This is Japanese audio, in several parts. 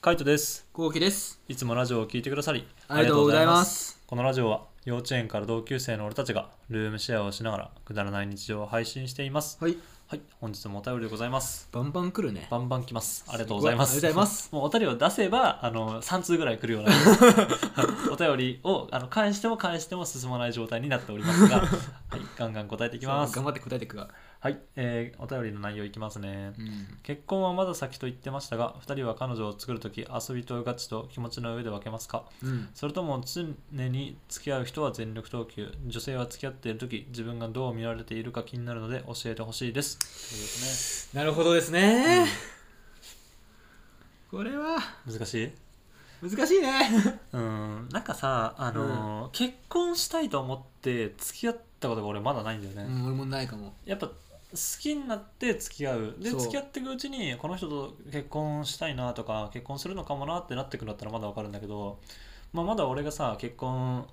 カイトですこうきです。いつもラジオを聞いてくださりありがとうございます。このラジオは幼稚園から同級生の俺たちがルームシェアをしながらくだらない日常を配信していますはい、はい本日もお便りでございますバンバン来るね。バンバン来ますありがとうございますすごいありがとうございま すもうお便りを出せばあの3通ぐらい来るよう なお便りをあの返しても返しても進まない状態になっておりますが、はい、ガンガン答えていきます頑張って答えてくが。はい、えーお便りの内容いきますねうん。結婚はまだ先と言ってましたが2人は彼女を作るとき遊びとガチと気持ちの上で分けますかうん。それとも常に付き合う人は全力投球女性は付き合っているとき自分がどう見られているか気になるので教えてほしいですということですなるほどですね。これはね難しい難しいね。うんなんかさあのー結婚したいと思って付き合ったことが俺まだないんだよね、うん、俺もないかも。やっぱ好きになって付き合うでそう付き合っていくうちにこの人と結婚したいなとか結婚するのかもなってなってくるんだったらまだわかるんだけど、まあ、まだ俺がさ結婚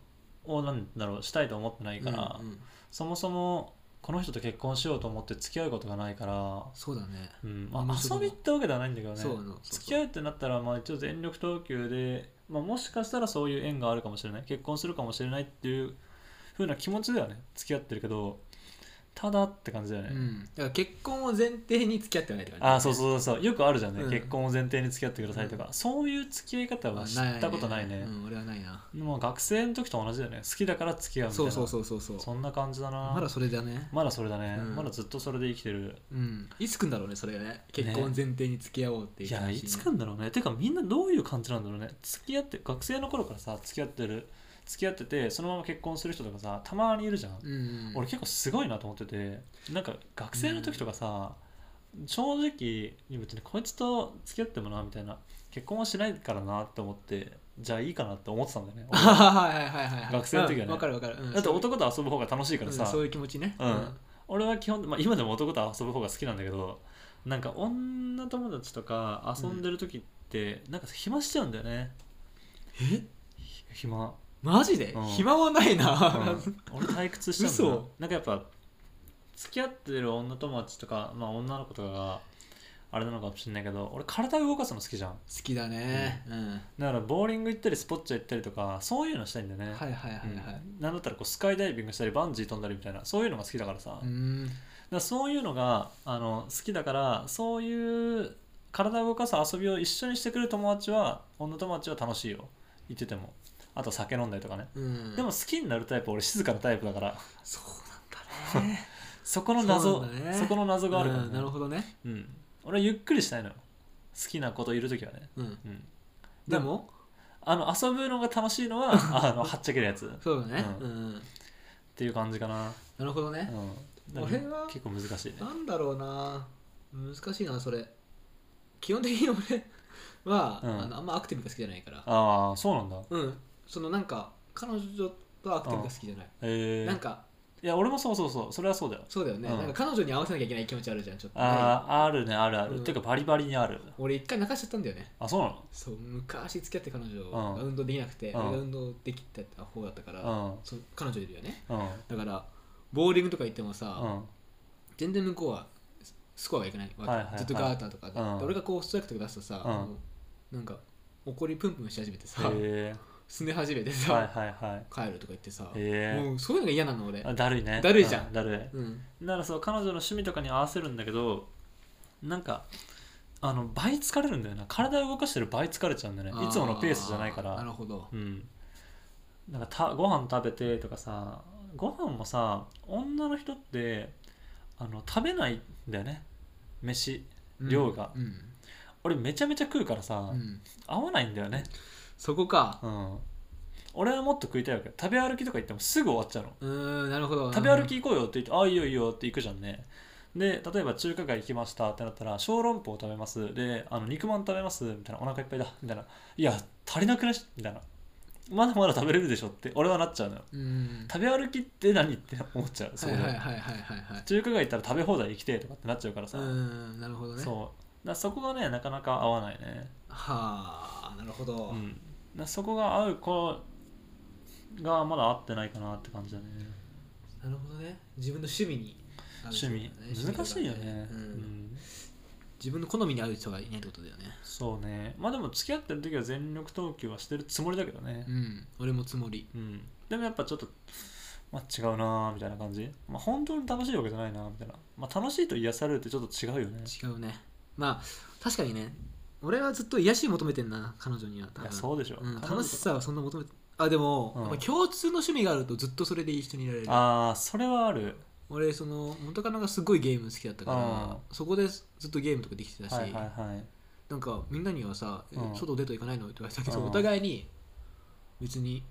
をなんだろうしたいと思ってないから、うんうんそもそもこの人と結婚しようと思って付き合うことがないから、そうだね。うんままああ、そ遊うびってわけではないんだけどねそうなの付き合うってなったらまあ一応全力投球で、まあ、もしかしたらそういう縁があるかもしれない結婚するかもしれないっていう風な気持ちだよね付き合ってるけどただって感じだよね、うん。だから結婚を前提に付き合ってはないって感じ。あそうそうそうそうよくあるじゃんね、うん結婚を前提に付き合ってくださいとか、そういう付き合い方は知ったことないねうん、俺はないな。もう学生の時と同じだよね好きだから付き合うみたいそなうそうそうそうそう。そんな感じだなまだそれだね。まだそれだね、うんまだずっとそれで生きてるうん。いつくんだろうね、それがね。結婚前提に付き合おうっていういや話ねいつかんだろうねてかみんなどういう感じなんだろうね付き合って学生の頃からさ付き合ってる付き合っててそのまま結婚する人とかさたまにいるじゃん、うんうん。俺結構すごいなと思っててなんか学生の時とかさ、正直別にこいつと付き合ってもなみたいな結婚はしないからなって思ってじゃあいいかなって思ってたんだよ ね俺はいはいはいはい。学生の時はねうんわかるわかる。うんだって男と遊ぶ方が楽しいからさ、うんそういう気持ちね。うん俺は基本、まあ、今でも男と遊ぶ方が好きなんだけどなんか女友達とか遊んでる時って、なんか暇しちゃうんだよねえひ暇、マジで、うん暇はないな、 俺退屈しちゃうんだな嘘なんかやっぱ付き合ってる女友達とか、まあ、女の子とかがあれなのかもしれないけど俺体動かすの好きじゃん好きだね、うんだからボーリング行ったりスポッチャ行ったりとかそういうのしたいんだよね、はいはいはいはいうんなんだったらこうスカイダイビングしたりバンジー飛んだりみたいなそういうのが好きだからさ、うーだかんらそういうのがあの好きだからそういう体を動かす遊びを一緒にしてくれる友達は女友達は楽しいよ行っててもあと酒飲んだりとかね、うんでも好きになるタイプ俺静かなタイプだからそうなん だねそこの謎そそ,、うなんだねこの謎があるから、ねうんなるほどね、うん、俺はゆっくりしたいのよ好きなこといる時はね、うん、うん、でもあの遊ぶのが楽しいの はあのはっちゃけるやつっそうだね、ううんんていう感じかな、なるほどうね、ん、だから俺は結構難しいねなんだろうな難しいなそれ基本的に俺は、うんあのあんまアクティブが好きじゃないからああそうなんだうんそのなんか彼女とアクティブが好きじゃない、えなんー、かいや俺もそうそうそうそれはそうだよそうだよね、うんなんか彼女に合わせなきゃいけない気持ちあるじゃんちょっとね、あああるねあるある、うんてかバリバリにある俺一回泣かしちゃったんだよねあそうなのそう昔付き合って彼女が運動できなくて、うん俺が運動できてた方だったから、そう彼女いるよねうんうんだからボーリングとか行ってもさ、うん全然向こうはススコアがいかないわけ、はいはいはいずっとガーターとかで、うんで俺がこうストライクとか出すとさ、うんもうなんか怒りプンプンし始めてさ、へえすね始めてー、さ、はいはいはい帰るとか言ってさ、へえもうそういうのが嫌なの俺あだるいねだるいじゃうんだるいうんだからそう彼女の趣味とかに合わせるんだけどなんかあの倍疲れるんだよな体を動かしてる倍疲れちゃうんだよねいつものペースじゃないかあなるらほどうんなんかたご飯食べてとかさご飯もさ女の人ってあの食べないんだよね飯量がうん俺めちゃめちゃ食うからうんさ、うん合わないんだよねそこかうん俺はもっと食いたいわけ食べ歩きとか行ってもすぐ終わっちゃうのうーんなるほど食べ歩き行こうよって言って「あいいよいいよ」って行くじゃんねで例えば中華街行きましたってなったら小籠包食べますであの肉まん食べますみたいなお腹いっぱいだみたいないや足りなくないみたいなまだまだ食べれるでしょって俺はなっちゃうのようん食べ歩きって何って思っちゃうそはこいで、はいはいはいはいはい中華街行ったら食べ放題行きてえとかってなっちゃうからさ、うんなるほどねそうだからそこがねなかなか合わないねはあなるほど、うんだからそこが合う子がまだ合ってないかなって感じだねなるほどね自分の趣味に合う趣味人だね難しいよね、うんうん自分の好みに合う人がいないってことだよねそうねまあでも付き合ってる時は全力投球はしてるつもりだけどねうん俺もつもりうん、でもやっぱちょっとまあ違うなーみたいな感じまあ本当に楽しいわけじゃないなーみたいなまあ楽しいと癒されるってちょっと違うよね違うねまあ確かにね俺はずっと癒しを求めてんな彼女にはい多分やそうでしょ、うん、彼女楽しさはそんな求めてあでも、うんやっぱ共通の趣味があるとずっとそれで一緒にいられるああそれはある俺その元カノがすごいゲーム好きだったからうそこでずっとゲームとかできてたし、はいはいはいなんかみんなにはさ、えうん外デート行かないのって言われたけど、うんお互いに別に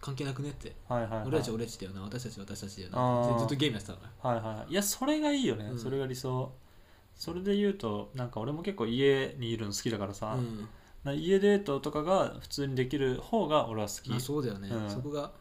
関係なくねって、はいはいはい俺たちは俺たちだよな私たちは私たちだよあなーずっとゲームやってたのはいはいはいいやそれがいいよね、うんそれが理想それで言うとなんか俺も結構家にいるの好きだからさ、うんな家デートとかが普通にできる方が俺は好き、まあ、そうだよね、うんそこが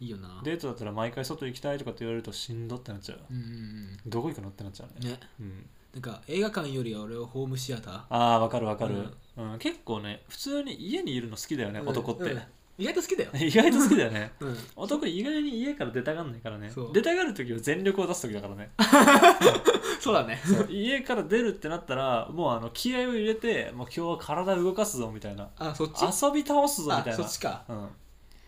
いいよなデートだったら毎回外行きたいとかって言われるとしんどってなっちゃううんうんどこ行くのってなっちゃううんねねうん、なんか映画館よりは俺はホームシアターああわかるわかる、うん結構ね普通に家にいるの好きだよね、うん男って、うん意外と好きだよ、 意外と好きだよねうん、男意外に家から出たがんないからねそう出たがる時は全力を出す時だからねそうだねそう 家から出るってなったらもうあの気合を入れてもう今日は体動かすぞみたいなあそっち遊び倒すぞみあたいそなっちかうん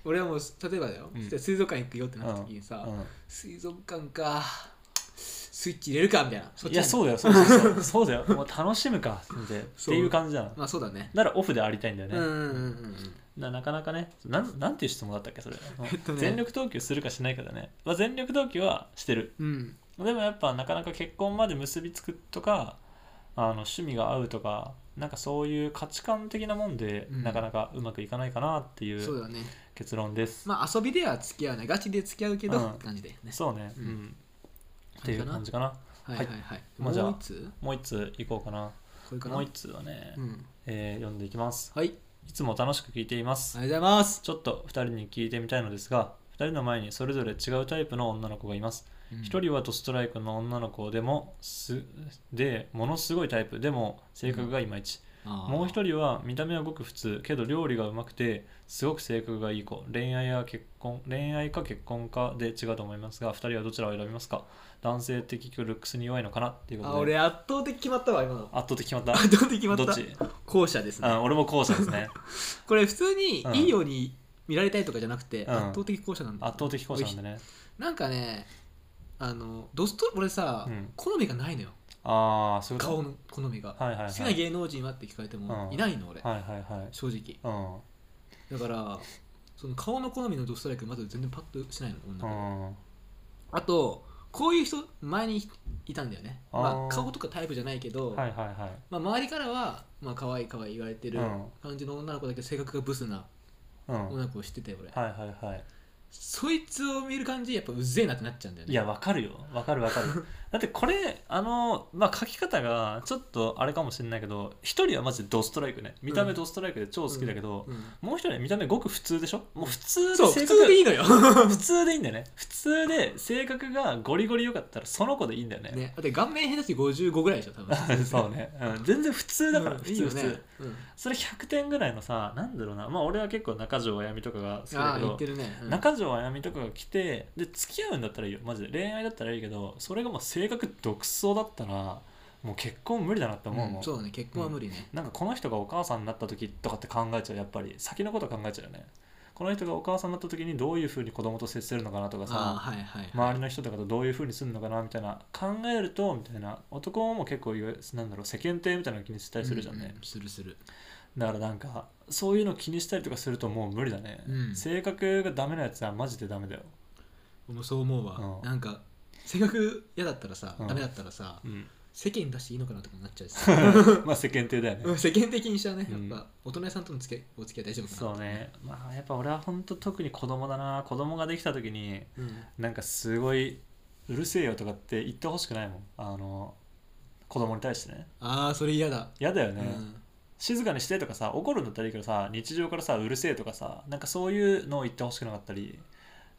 俺はもう例えばだよ、うん水族館行くよってなった時にさ、う水族館かスイッチ入れるかみたいなん、そっいちやなんだそうだよそうそうそうそうだよもう楽しむかってってそういう感じじゃんまあそうだねならオフでありたいんだよね、うんうんうんうんななかなかねなんなんていう質問だったっけそれ、うん えっとね全力投球するかしないかだね、まあ、全力投球はしてるうんでもやっぱなかなか結婚まで結びつくとかあの趣味が合うとかなんかそういう価値観的なもんで、うんなかなかうまくいかないかなっていそううだね結論ですまあ遊びでは付き合うねガチで付き合うけど、うんって感じだよねそうねう、うんんっていう感じかなはいはいはい、まあじゃあもう一つもう一ついこうかなこれかなもう一つはね、うん、えー読んでいきますはいありがいつも楽しく聞いていますとうございます、ちょっと2人に聞いてみたいのですが2人の前にそれぞれ違うタイプの女の子がいますうん一人はドストライクの女の子でもすでものすごいタイプでも性格がいまいち、あーもう一人は見た目はごく普通けど料理がうまくてすごく性格がいい子恋愛や結婚恋愛か結婚かで違うと思いますが二人はどちらを選びますか男性的ルックスに弱いのかなっていうこあとで俺圧倒的決まったわ今の圧倒的決まった圧倒 的決まったどっち後者ですねあ俺も後者ですねこれ普通にいいように見られたいとかじゃなくて、うん圧倒的後者なんだよ圧倒的後者なんで ねなんかねあのドスト俺さ、うん好みがないのよああそういうこと顔の好みが、はいはいはい好きな芸能人はって聞かれても、うんいないの俺、はいはいはい正直うんだからその顔の好みのドストライクまず全然パッとしないの女の子うんあとこういう人前にいたんだよねあーまあ、顔とかタイプじゃないけど、はいはいはいまあ、周りからは、まあ可愛い可愛い言われてるうん感じの女の子だけど性格がブスなうん女の子を知ってて俺、はいはいはいそいつを見る感じやっぱうぜえなってなっちゃうんだよねいや、わかるよ。わかるわかる。 だってこれ、あの、まあ、書き方がちょっとあれかもしれないけど、一人はマジでドストライクね。見た目ドストライクで超好きだけど、うんもう一人は見た目ごく普通でしょもう普通でそう性普格通でいいの よ、普通でいいんだよね。普通で性格がゴリゴリ良かったらその子でいいんだよね。ね、だって顔面変だし55ぐらいでしょ多分 そうね、うん。全然普通だから、うん普いい通よ普ね通。うんそれ100点ぐらいのさ、なんだろうな。まあ俺は結構中条あやみとかが好きあだあけ言どって、るね、うん中条あやみとかが来てで付き合うんだったらいいよマジで恋愛だったらいいけどそれがもう性格独走だったらもう結婚無理だなって思うもん、うんそうだね結婚は無理ね、なんかこの人がお母さんになった時とかって考えちゃうやっぱり先のこと考えちゃうよねこの人がお母さんになった時にどういうふうに子供と接するのかなとかああさはいはい、周りの人とかとどういうふうにするのかなみたいな考えるとみたいな男も結構いわゆるなんだろう世間体みたいなの気にしたりするじゃんね、ううするするだからなんかそういうの気にしたりとかするともう無理だね、うん性格がダメなやつはマジでダメだよ俺もそう思うわ、うんなんか性格嫌だったらさ、うんダメだったらさうん世間に出していいのかなとかなっちゃうし まあ世間体だようね。 ん世間的にしちゃうねやうっんぱ、大人屋さんとの付き合いお付き合い大丈夫かなそうね。まあやっぱ俺は本当特に子供だな。子供ができた時にうんなんかすごいうるせえよとかって言ってほしくないもん。あの子供に対してね。ああそれ嫌だ、嫌だようね、ん、静かにしてとかさ、怒るんだったらいいけどさ、日常からさ、うるせえとかさ、なんかそういうのを言ってほしくなかったり、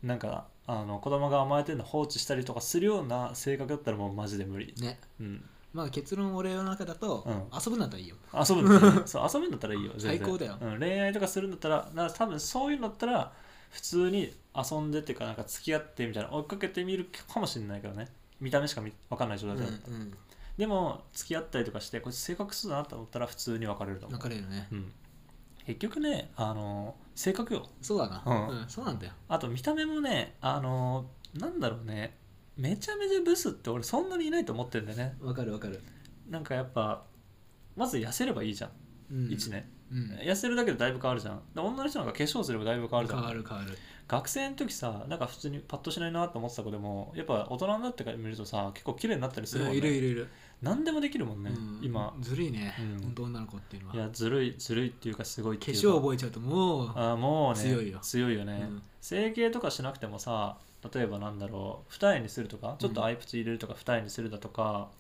なんかあの子供が甘えてるの放置したりとかするような性格だったらもうマジで無理。ねうん。まあ結論俺の中だと、うん遊ぶんだったらいいよ遊ぶんだったらね そう遊ぶんだったらいいよ全然最高だようん、恋愛とかするんだったらな多分そういうのだったら普通に遊んでっていうかなんか付き合ってみたいな追いかけてみるかもしれないけどね見た目しか見分かんない状態だったら、うんうんでも付き合ったりとかしてこいつ性格そうだなと思ったら普通に別れると思う分、かれるねうん、結局ねあの性格よそうだな、うんうんそうなんだよあと見た目もねあのなんだろうねめちゃめちゃブスって俺そんなにいないと思ってんだよねわかるわかる、なんかやっぱまず痩せればいいじゃん、うん、 1年うん痩せるだけでだいぶ変わるじゃんで女の人なんか化粧すればだいぶ変わるじゃ変んわる変わる学生の時さなんか普通にパッとしないなと思ってた子でもやっぱ大人になってから見るとさ結構綺麗になったりするもんねいるいるいる、何でもできるもんね、うん今ずるいね、うんほんと女の子っていうのはいやずるいずるいっていうかすごいっ化ていう粧か覚えちゃうともうあーもうね強いよね、うん整形とかしなくてもさ例えばなんだろう二重にするとかちょっとアイプチ入れるとか二重にするだとか、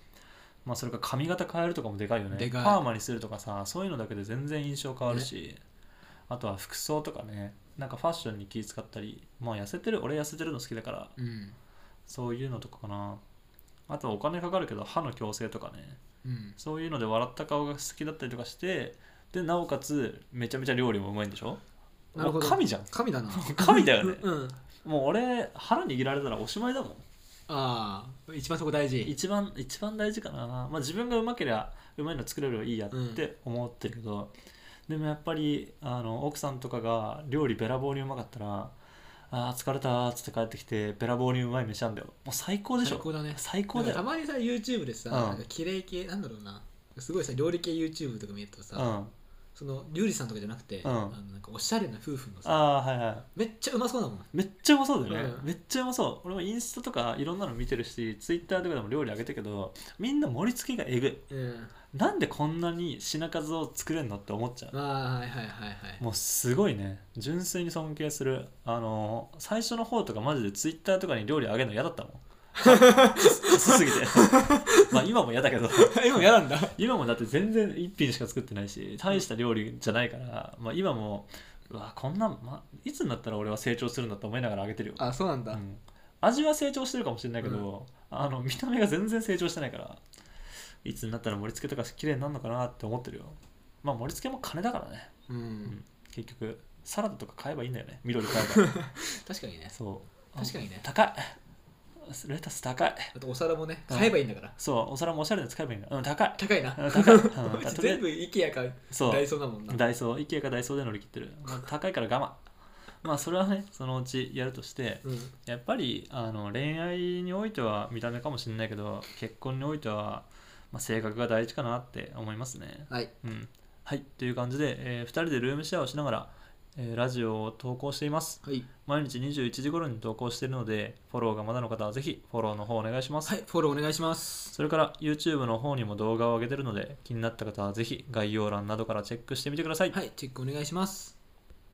まあそれから髪型変えるとかもでかいよねでかいパーマにするとかさそういうのだけで全然印象変わるし、あとは服装とかねなんかファッションに気使ったりまあ痩せてる俺痩せてるの好きだからうんそういうのとかかなあとはお金かかるけど歯の矯正とかねうんそういうので笑った顔が好きだったりとかしてでなおかつめちゃめちゃ料理もうまいんでしょなるもほどう神じゃん神だな 神だよね うんうんもう俺腹握られたらおしまいだもんああ一番そこ大事一番一番大事かな、まあ、自分がうまければうまいの作れればいいやって思ってるけど、でもやっぱりあの奥さんとかが料理べらぼうにうまかったら「あー疲れた」っつって帰ってきてべらぼうにうまい飯なんだよもう最高でし最ょ高だね最高だなんかたよまにさ YouTube でさ、うんなんか綺麗系なんだろうなすごいさ料理系 YouTube とか見るとさ、うんあそのリュウリさんとかじゃなくて、うんあのなんかおしゃれな夫婦のさあーはいはいめっちゃうまそうだもんめっちゃうまそうだよね、うんめっちゃうまそう俺もインスタとかいろんなの見てるしツイッターとかでも料理あげたけどみんな盛り付けがえぐいうんなんでこんなに品数を作れんのって思っちゃうああはいはいはいはいもうすごいね純粋に尊敬するあのー最初の方とかマジでツイッターとかに料理あげるの嫌だったもんかすすぎてまあ今も嫌だけど今嫌なんだ 今もだって全然一品しか作ってないし大した料理じゃないから、まあ、今もうわこんなん、まあ、いつになったら俺は成長するんだって思いながらあげてるよあそうなんだ、うん、味は成長してるかもしれないけど、あの見た目が全然成長してないからいつになったら盛り付けとか綺麗になるのかなって思ってるよまあ盛り付けも金だからねうん結局サラダとか買えばいいんだよね緑買え ば確かにねそう確かにね高いレタス高いあとお皿もね買えばいいんだから、そうお皿もおしゃれで使えばいいんだうん高い高いなうん 高い、うん うだちとりあえず全部 IKEA かそうダイソーだもんなダイソー IKEA かダイソーで乗り切ってる、まあ、高いから我慢まあそれはねそのうちやるとしてうんやっぱりあの恋愛においては見た目かもしれないけど結婚においては、まあ、性格が大事かなって思いますね。はいうん、はいという感じで、え2人でルームシェアをしながら、えーラジオを投稿しています。はい、毎日21時頃に投稿しているのでフォローがまだの方はぜひフォローの方お願いします。はい、フォローお願いしますそれから YouTube の方にも動画を上げてるので気になった方はぜひ概要欄などからチェックしてみてください。はいチェックお願いします